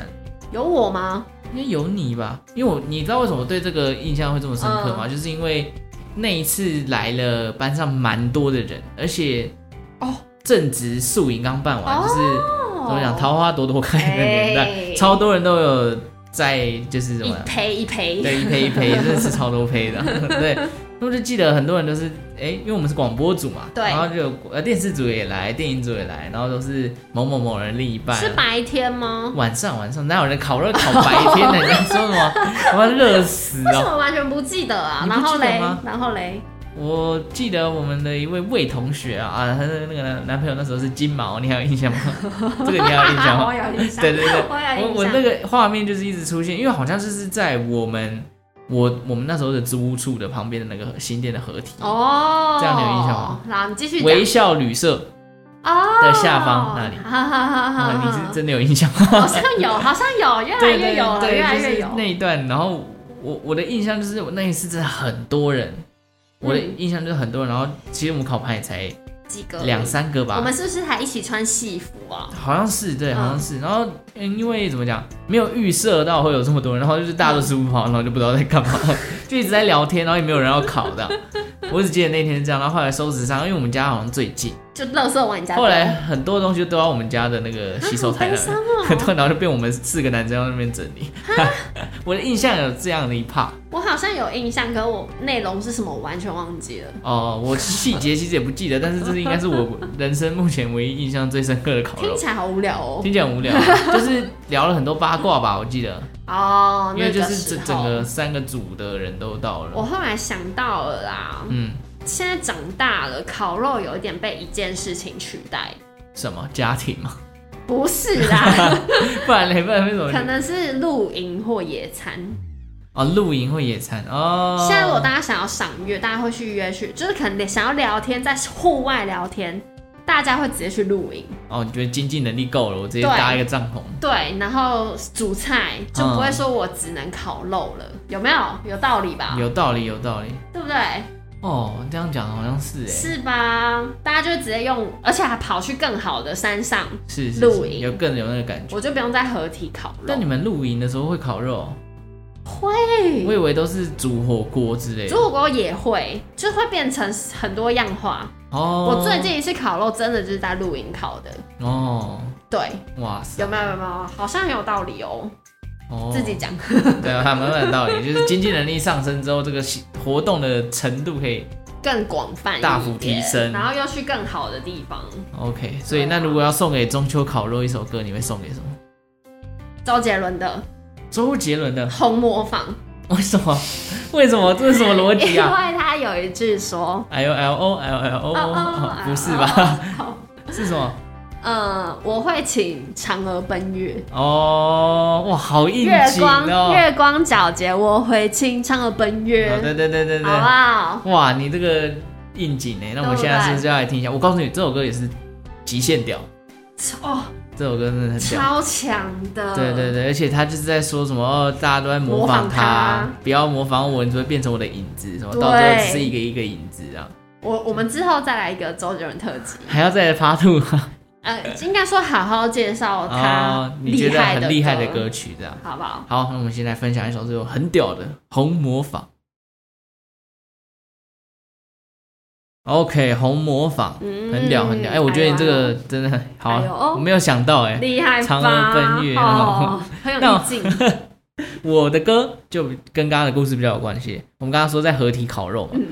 [SPEAKER 2] 有我吗？
[SPEAKER 1] 应该有你吧？因为我你知道为什么我对这个印象会这么深刻
[SPEAKER 2] 嗯
[SPEAKER 1] 吗？就是因为那一次来了班上蛮多的人，而且
[SPEAKER 2] 哦，
[SPEAKER 1] 正值宿营刚办完，
[SPEAKER 2] 哦
[SPEAKER 1] 就是
[SPEAKER 2] 怎
[SPEAKER 1] 怎么
[SPEAKER 2] 哦
[SPEAKER 1] 讲，桃花朵朵开的年代，
[SPEAKER 2] 哎
[SPEAKER 1] 超多人都有在就是怎
[SPEAKER 2] 一
[SPEAKER 1] 么样
[SPEAKER 2] 胚一胚，
[SPEAKER 1] 对，一胚一
[SPEAKER 2] [laughs]
[SPEAKER 1] 胚，真的是超多胚的。对，那我就记得很多人都是，哎、因为我们是广播组嘛，
[SPEAKER 2] 对
[SPEAKER 1] 然后就有呃电视组也来，电影组也来，然后都是某某某人另一半。啊
[SPEAKER 2] 是白天吗？
[SPEAKER 1] 晚上晚上哪有人烤肉烤白天的？ [laughs] 你在说什么？我要热死
[SPEAKER 2] 为什
[SPEAKER 1] 哦！
[SPEAKER 2] 么完全不记得啊？
[SPEAKER 1] 你不
[SPEAKER 2] 然后
[SPEAKER 1] 记得
[SPEAKER 2] 嘞
[SPEAKER 1] 吗，
[SPEAKER 2] 然后嘞，
[SPEAKER 1] 我记得我们的一位魏同学啊，啊，他的那个男男朋友那时候是金毛，你还有印
[SPEAKER 2] [laughs]
[SPEAKER 1] 象吗？这个你还有印象吗
[SPEAKER 2] 我？有印象，
[SPEAKER 1] 对对对，
[SPEAKER 2] 我有印
[SPEAKER 1] 我
[SPEAKER 2] 象。
[SPEAKER 1] 我那个画面就是一直出现，因为好像就是在我们我我们那时候的租屋处的旁边的那个新店的合体，
[SPEAKER 2] 哦，
[SPEAKER 1] 这样你有印象吗？
[SPEAKER 2] 然后你继续
[SPEAKER 1] 微
[SPEAKER 2] 讲
[SPEAKER 1] 笑旅社
[SPEAKER 2] 哦
[SPEAKER 1] 的下方那里
[SPEAKER 2] 哈哈哈哈
[SPEAKER 1] 啊，
[SPEAKER 2] 哈，
[SPEAKER 1] 你是真的有印象吗？ [laughs]
[SPEAKER 2] 好像有，好像有，越来越有了，
[SPEAKER 1] 对，
[SPEAKER 2] 越来越
[SPEAKER 1] 就是
[SPEAKER 2] 有。
[SPEAKER 1] 那一段。然后我我的印象就是我那一次真的很多人，我的
[SPEAKER 2] 嗯呃
[SPEAKER 1] 印象就是很多人。然后其实我们考牌也才
[SPEAKER 2] 几个
[SPEAKER 1] 两，三个吧，
[SPEAKER 2] 我们是不是还一起穿戏服啊？
[SPEAKER 1] 好像是对，
[SPEAKER 2] 嗯
[SPEAKER 1] 好像是。然后嗯，因为怎么讲，没有预设到会有这么多人，然后就是大家都吃不饱，然后就不知道在干嘛， [laughs] 就一直在聊天，然后也没有人要考的。 [laughs] 我只记得那天是这样，然后后来收拾上，因为我们家好像最近，
[SPEAKER 2] 就垃圾往你家丢。
[SPEAKER 1] 后来很多东西都到我们家的那个洗手台
[SPEAKER 2] 啊好
[SPEAKER 1] 了
[SPEAKER 2] 悲
[SPEAKER 1] [laughs]
[SPEAKER 2] 伤，
[SPEAKER 1] 很
[SPEAKER 2] 哦！
[SPEAKER 1] 多然后就被我们四个男生在那边整理。 [laughs] 我的印象有这样的一 part
[SPEAKER 2] 我好像有印象，可我内容是什么我完全忘记了。
[SPEAKER 1] 哦、我细节其实也不记得，但是这是应该是我人生目前唯一印象最深刻的烤
[SPEAKER 2] 听
[SPEAKER 1] 肉。
[SPEAKER 2] 起来好无聊哦。
[SPEAKER 1] 听起来很无聊，就是聊了很多八卦吧，我记得。
[SPEAKER 2] 哦，
[SPEAKER 1] 因为就
[SPEAKER 2] 那
[SPEAKER 1] 是
[SPEAKER 2] 时
[SPEAKER 1] 整整
[SPEAKER 2] 候
[SPEAKER 1] 个三个组的人都到
[SPEAKER 2] 我
[SPEAKER 1] 了，
[SPEAKER 2] 后来想到了啦，
[SPEAKER 1] 嗯，
[SPEAKER 2] 现在长大了，烤肉有一点被一件事情取代，
[SPEAKER 1] 什么家庭嘛，
[SPEAKER 2] 不是啦，
[SPEAKER 1] [laughs] 不然嘞，不然为什么
[SPEAKER 2] 可能是露营或野餐。
[SPEAKER 1] 哦，露营或野餐哦。
[SPEAKER 2] 现在如果大家想要赏月，大家会去约去，就是可能想要聊天，在户外聊天，大家会直接去露营，
[SPEAKER 1] 哦，你觉得经济能力够了，我直接
[SPEAKER 2] 对
[SPEAKER 1] 搭一个帐篷，
[SPEAKER 2] 对，然后煮菜就不会说我只能烤肉了，有没有？有道理吧？
[SPEAKER 1] 有道理，有道理。
[SPEAKER 2] 对不对？
[SPEAKER 1] 哦，这样讲好像是哎，
[SPEAKER 2] 是吧？大家就直接用，而且还跑去更好的山上，
[SPEAKER 1] 是是是
[SPEAKER 2] 露营
[SPEAKER 1] 有更有那个感觉。
[SPEAKER 2] 我就不用再合体烤肉。
[SPEAKER 1] 但你们露营的时候会烤肉，
[SPEAKER 2] 嗯
[SPEAKER 1] 我
[SPEAKER 2] 会
[SPEAKER 1] 以为都是煮火锅之类
[SPEAKER 2] 煮
[SPEAKER 1] 的。
[SPEAKER 2] 火锅也会，就会变成很多样化。
[SPEAKER 1] 哦，
[SPEAKER 2] 我最近一次烤肉真的就是在露营烤的，
[SPEAKER 1] 哦，
[SPEAKER 2] 对，
[SPEAKER 1] 哇塞，
[SPEAKER 2] 有没有？有没有？好像很有道理哦，
[SPEAKER 1] 哦啊
[SPEAKER 2] 自
[SPEAKER 1] [laughs]
[SPEAKER 2] 己讲。
[SPEAKER 1] 对，他们有道理，就是经济能力上升之后，这个活动的程度可以
[SPEAKER 2] 更广泛一点，
[SPEAKER 1] 大幅提升
[SPEAKER 2] 然后又去更好的地方。
[SPEAKER 1] OK，所以那如果要送给中秋烤肉一首歌，你会送给什么？
[SPEAKER 2] 周杰伦的
[SPEAKER 1] 周杰伦的？
[SPEAKER 2] 《红魔坊》
[SPEAKER 1] 为什么？ [laughs] 为什么？这是什么逻辑
[SPEAKER 2] [laughs]
[SPEAKER 1] 啊
[SPEAKER 2] 因为他有一句说，
[SPEAKER 1] ？L L O L L
[SPEAKER 2] 哦
[SPEAKER 1] [laughs] O，不是
[SPEAKER 2] [laughs]
[SPEAKER 1] 吧？？
[SPEAKER 2] 哦哦
[SPEAKER 1] 是什么？
[SPEAKER 2] 嗯，我会请嫦娥奔月，
[SPEAKER 1] 哦，哇，好应
[SPEAKER 2] 月
[SPEAKER 1] 景
[SPEAKER 2] 光
[SPEAKER 1] 哦！
[SPEAKER 2] 月光皎洁，我会请嫦娥奔
[SPEAKER 1] 哦
[SPEAKER 2] 月，
[SPEAKER 1] 对对对对
[SPEAKER 2] 好啊不
[SPEAKER 1] 对，
[SPEAKER 2] 好？
[SPEAKER 1] 哇，你这个应景哎，那我们现在是不是要来听一下？我告诉你，这首歌也是极限屌，
[SPEAKER 2] 哦，
[SPEAKER 1] 这首歌真的很屌。
[SPEAKER 2] 超强的，
[SPEAKER 1] 对对对，而且他就是在说什么，哦，大家都在模仿
[SPEAKER 2] 模仿他
[SPEAKER 1] 不要模仿我，你只会变成我的影子，什么
[SPEAKER 2] 对
[SPEAKER 1] 到最后只是一个一个影子啊，
[SPEAKER 2] 我我们之后再来一个周杰伦特辑，
[SPEAKER 1] 还要再来发吐 [laughs]
[SPEAKER 2] 呃，应该说好好介绍他
[SPEAKER 1] 哦，你觉
[SPEAKER 2] 厉
[SPEAKER 1] 得
[SPEAKER 2] 害
[SPEAKER 1] 很
[SPEAKER 2] 的
[SPEAKER 1] 厉害的歌，曲这样。
[SPEAKER 2] 好不好？
[SPEAKER 1] 好，那我们先来分享一首这首很屌的《红魔坊》。OK，红魔坊
[SPEAKER 2] 嗯
[SPEAKER 1] 很屌很屌，哎、我觉得你这个真的很好
[SPEAKER 2] 哎呦
[SPEAKER 1] 啊，我没有想到哎、
[SPEAKER 2] 厉害吧，
[SPEAKER 1] 嫦娥奔月
[SPEAKER 2] 哦，很有
[SPEAKER 1] 那
[SPEAKER 2] 意
[SPEAKER 1] 我 [laughs]
[SPEAKER 2] 境，
[SPEAKER 1] 我的歌就跟刚刚的故事比较有关系。我们刚刚说在合体烤肉嘛，
[SPEAKER 2] 嗯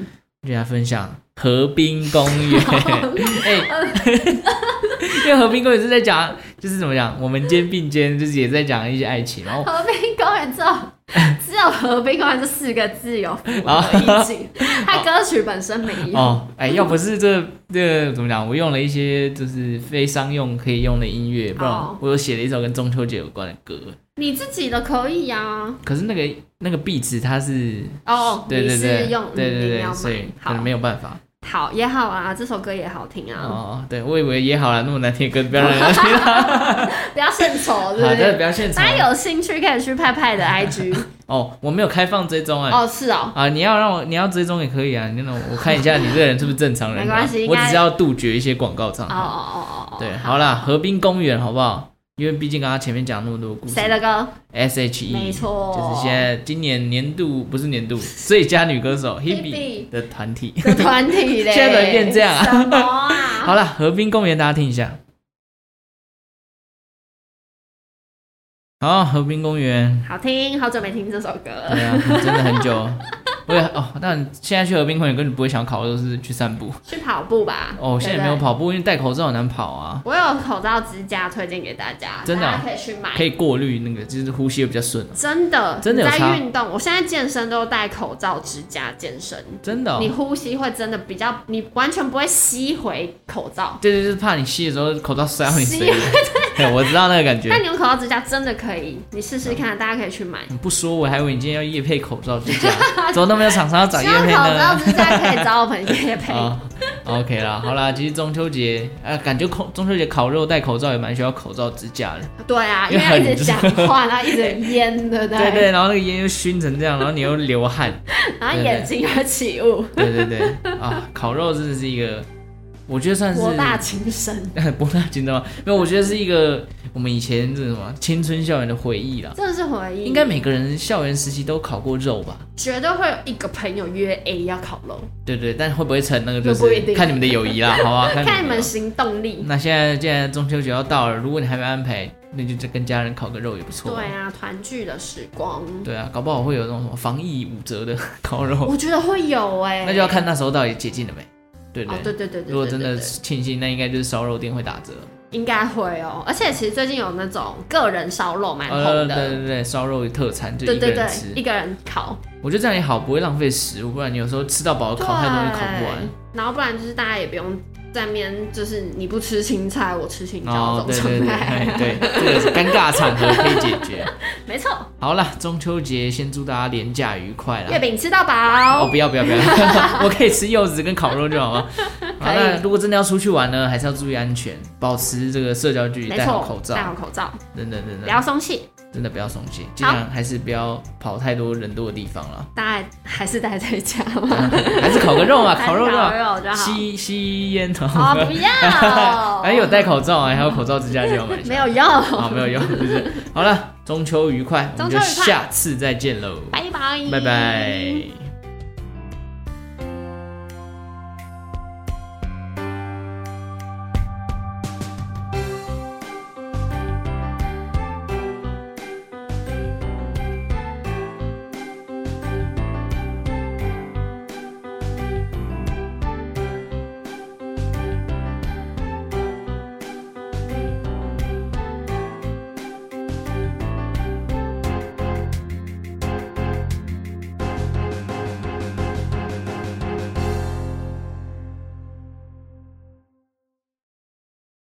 [SPEAKER 1] 就来分享河滨公
[SPEAKER 2] [laughs]
[SPEAKER 1] 园。哎、 [laughs] 因为河滨公园是在讲，就是怎么讲，我们肩并肩，就是也在讲一些爱情。然哦后，
[SPEAKER 2] 河滨公园只有
[SPEAKER 1] [laughs]
[SPEAKER 2] 只有河滨公园这四个字有符
[SPEAKER 1] 啊
[SPEAKER 2] 合意境，它歌曲本身没有。
[SPEAKER 1] 哦，哎、要不是这这个怎么讲，我用了一些就是非商用可以用的音乐，不然
[SPEAKER 2] 哦
[SPEAKER 1] 我又写了一首跟中秋节有关的歌。
[SPEAKER 2] 你自己的可以呀、
[SPEAKER 1] 可是那个那个壁纸它是，
[SPEAKER 2] 哦，
[SPEAKER 1] 对对
[SPEAKER 2] 你
[SPEAKER 1] 对，
[SPEAKER 2] 是用
[SPEAKER 1] 对
[SPEAKER 2] 你
[SPEAKER 1] 对
[SPEAKER 2] 你要
[SPEAKER 1] 对，
[SPEAKER 2] 买
[SPEAKER 1] 所以可
[SPEAKER 2] 好
[SPEAKER 1] 能没有办法。
[SPEAKER 2] 好也好啊，这首歌也好听啊，
[SPEAKER 1] 哦，对，我以为也好了，那么难听的歌不要让人
[SPEAKER 2] [laughs]
[SPEAKER 1] 家听了。
[SPEAKER 2] 不要献丑，对
[SPEAKER 1] 好
[SPEAKER 2] 不
[SPEAKER 1] 的，不
[SPEAKER 2] 对？
[SPEAKER 1] 要献丑
[SPEAKER 2] 大。家有兴趣可以去派派
[SPEAKER 1] [laughs]
[SPEAKER 2] 的 [laughs] IG
[SPEAKER 1] 哦，我没有开放追踪哎、
[SPEAKER 2] 哦，是哦，
[SPEAKER 1] 啊，你要让我，你要追踪也可以啊。你那我看一下你这个人是不是正常人、啊？
[SPEAKER 2] [laughs] 没关系应
[SPEAKER 1] 我
[SPEAKER 2] 该
[SPEAKER 1] 只是要杜绝一些广告账
[SPEAKER 2] 哦哦
[SPEAKER 1] 号。
[SPEAKER 2] 哦哦哦，
[SPEAKER 1] 嗯对，好啦，河滨公园好不好？因为毕竟刚刚前面讲那么多故事
[SPEAKER 2] 谁的歌？
[SPEAKER 1] ，S H E，
[SPEAKER 2] 没错
[SPEAKER 1] 就是现在今年年度不是年度最佳女歌
[SPEAKER 2] [laughs]
[SPEAKER 1] 手 Hebe
[SPEAKER 2] Hebe
[SPEAKER 1] 的团
[SPEAKER 2] [laughs]
[SPEAKER 1] 体。
[SPEAKER 2] 这团体嘞，
[SPEAKER 1] 现在怎么变这样啊
[SPEAKER 2] 什么啊？
[SPEAKER 1] 好啦，河滨公园大家听一下。好，河滨公园。
[SPEAKER 2] 好听，好久没听这首歌了。
[SPEAKER 1] [laughs] 对啊，真的很久。我也哦，但现在去河滨公园根本不会想考，都是去散步。
[SPEAKER 2] 去跑步吧。
[SPEAKER 1] 哦，现在也没有
[SPEAKER 2] 对不对。
[SPEAKER 1] 跑步，因为戴口罩很难跑啊，
[SPEAKER 2] 我有口罩支架推荐给大家，
[SPEAKER 1] 真的啊
[SPEAKER 2] 大家可以去买。
[SPEAKER 1] 可以过滤那个，就是呼吸会比较顺、啊。
[SPEAKER 2] 真的，
[SPEAKER 1] 真的有
[SPEAKER 2] 你
[SPEAKER 1] 差
[SPEAKER 2] 在运动。我现在健身都戴口罩支架健身，
[SPEAKER 1] 真的、哦
[SPEAKER 2] 你，呼吸会真的比较，你完全不会吸回口罩。
[SPEAKER 1] 对对，就是怕你吸的时候口罩塞到你
[SPEAKER 2] 吸啊
[SPEAKER 1] 嘴里。对，嗯我知道那个感觉
[SPEAKER 2] 但。你用口罩支架真的可以，你试试看，大家可以去买。
[SPEAKER 1] 你不说，我还以为你今天要夜配口罩，就这
[SPEAKER 2] [laughs]
[SPEAKER 1] 样。怎么那么多厂商要找
[SPEAKER 2] 希
[SPEAKER 1] 夜
[SPEAKER 2] 望
[SPEAKER 1] 配
[SPEAKER 2] 口罩
[SPEAKER 1] 呢？
[SPEAKER 2] 支架可以找我们叶
[SPEAKER 1] [laughs]
[SPEAKER 2] 配。
[SPEAKER 1] 啊、o k 啦，好啦，其实中秋节，呃，感觉口中秋节烤肉戴口罩也蛮需要口罩支架的。
[SPEAKER 2] 对啊，因
[SPEAKER 1] 因为很
[SPEAKER 2] 为一直讲话，然后一直烟，对不
[SPEAKER 1] [laughs] 对对，然后那个烟又熏成这样，然后你又流汗，
[SPEAKER 2] 然后眼睛会起雾，
[SPEAKER 1] 对对对，啊，烤肉真的是一个，我觉得算是
[SPEAKER 2] 博
[SPEAKER 1] [laughs]
[SPEAKER 2] 大精深，
[SPEAKER 1] 博大精深吗？没有，我觉得是一个我们以前这种什么青春校园的回忆啦。
[SPEAKER 2] 真的是回忆。
[SPEAKER 1] 应该每个人校园时期都烤过肉吧？
[SPEAKER 2] 绝对会有一个朋友约 A 要烤肉，
[SPEAKER 1] 对对，但会不会成那个就
[SPEAKER 2] 那不一
[SPEAKER 1] 是
[SPEAKER 2] 定
[SPEAKER 1] 看你们的友谊啦，好吧？
[SPEAKER 2] 看
[SPEAKER 1] 你
[SPEAKER 2] 你
[SPEAKER 1] 们的友
[SPEAKER 2] 们
[SPEAKER 1] 谊。
[SPEAKER 2] 行动力。
[SPEAKER 1] 那现在既然中秋节要到了，如果你还没安排，那就跟家人烤个肉也不错。
[SPEAKER 2] 对啊，团聚的时光，
[SPEAKER 1] 对啊，搞不好会有那种什么防疫五折的 [laughs] 烤肉，
[SPEAKER 2] 我觉得会有哎、
[SPEAKER 1] 那就要看那时候到底解禁了没。对不
[SPEAKER 2] 哦，对对对对对，
[SPEAKER 1] 如果真
[SPEAKER 2] 对
[SPEAKER 1] 的
[SPEAKER 2] 对
[SPEAKER 1] 庆幸，那应该就是烧肉店会打折。
[SPEAKER 2] 应该会哦，而且其实最近有那种个人烧肉蛮
[SPEAKER 1] 呃，对
[SPEAKER 2] 红的，
[SPEAKER 1] 对对，烧肉特产就
[SPEAKER 2] 对
[SPEAKER 1] 一个
[SPEAKER 2] 对
[SPEAKER 1] 人
[SPEAKER 2] 对
[SPEAKER 1] 吃，，
[SPEAKER 2] 一个人烤，
[SPEAKER 1] 我觉得这样也好，不会浪费食物，不然你有时候吃到饱，哦烤太多也烤不完
[SPEAKER 2] 对。然后不然就是大家也不用在面，就是你不吃青菜，我吃青椒
[SPEAKER 1] 哦，
[SPEAKER 2] 这
[SPEAKER 1] 对
[SPEAKER 2] 种
[SPEAKER 1] 对对
[SPEAKER 2] 状态，
[SPEAKER 1] 哎对，这个是尴尬场合可以解决。
[SPEAKER 2] 没错，
[SPEAKER 1] 好啦，中秋节先祝大家廉假愉快
[SPEAKER 2] 月
[SPEAKER 1] 啦！
[SPEAKER 2] 饼吃到
[SPEAKER 1] 哦，
[SPEAKER 2] 饱，
[SPEAKER 1] 不要不要 [laughs] 不要，我可以吃柚子跟烤肉就好
[SPEAKER 2] [laughs]
[SPEAKER 1] 了。好，
[SPEAKER 2] 可以
[SPEAKER 1] 那如果真的要出去玩呢，还是要注意安全，保持这个社交距离，
[SPEAKER 2] 没
[SPEAKER 1] 戴好
[SPEAKER 2] 错，
[SPEAKER 1] 口罩
[SPEAKER 2] 戴，好口罩，
[SPEAKER 1] 等等等
[SPEAKER 2] 不要
[SPEAKER 1] 等，
[SPEAKER 2] 松懈，
[SPEAKER 1] 真的不要松懈，尽量还是不要跑太多人多的地方了。
[SPEAKER 2] 大家还是待在家嘛。
[SPEAKER 1] 还是烤个
[SPEAKER 2] [laughs]
[SPEAKER 1] 肉嘛，啊烤肉就好
[SPEAKER 2] 烤肉就好
[SPEAKER 1] 吸吸烟头。
[SPEAKER 2] 啊、不要，
[SPEAKER 1] 反正有戴口罩啊，还有口罩支架就要买一下。
[SPEAKER 2] [laughs] 没有用，
[SPEAKER 1] 啊，没有用，就是好了。中秋愉快，我们就
[SPEAKER 2] 中秋愉快
[SPEAKER 1] 下次再见喽，
[SPEAKER 2] 拜拜，
[SPEAKER 1] 拜拜。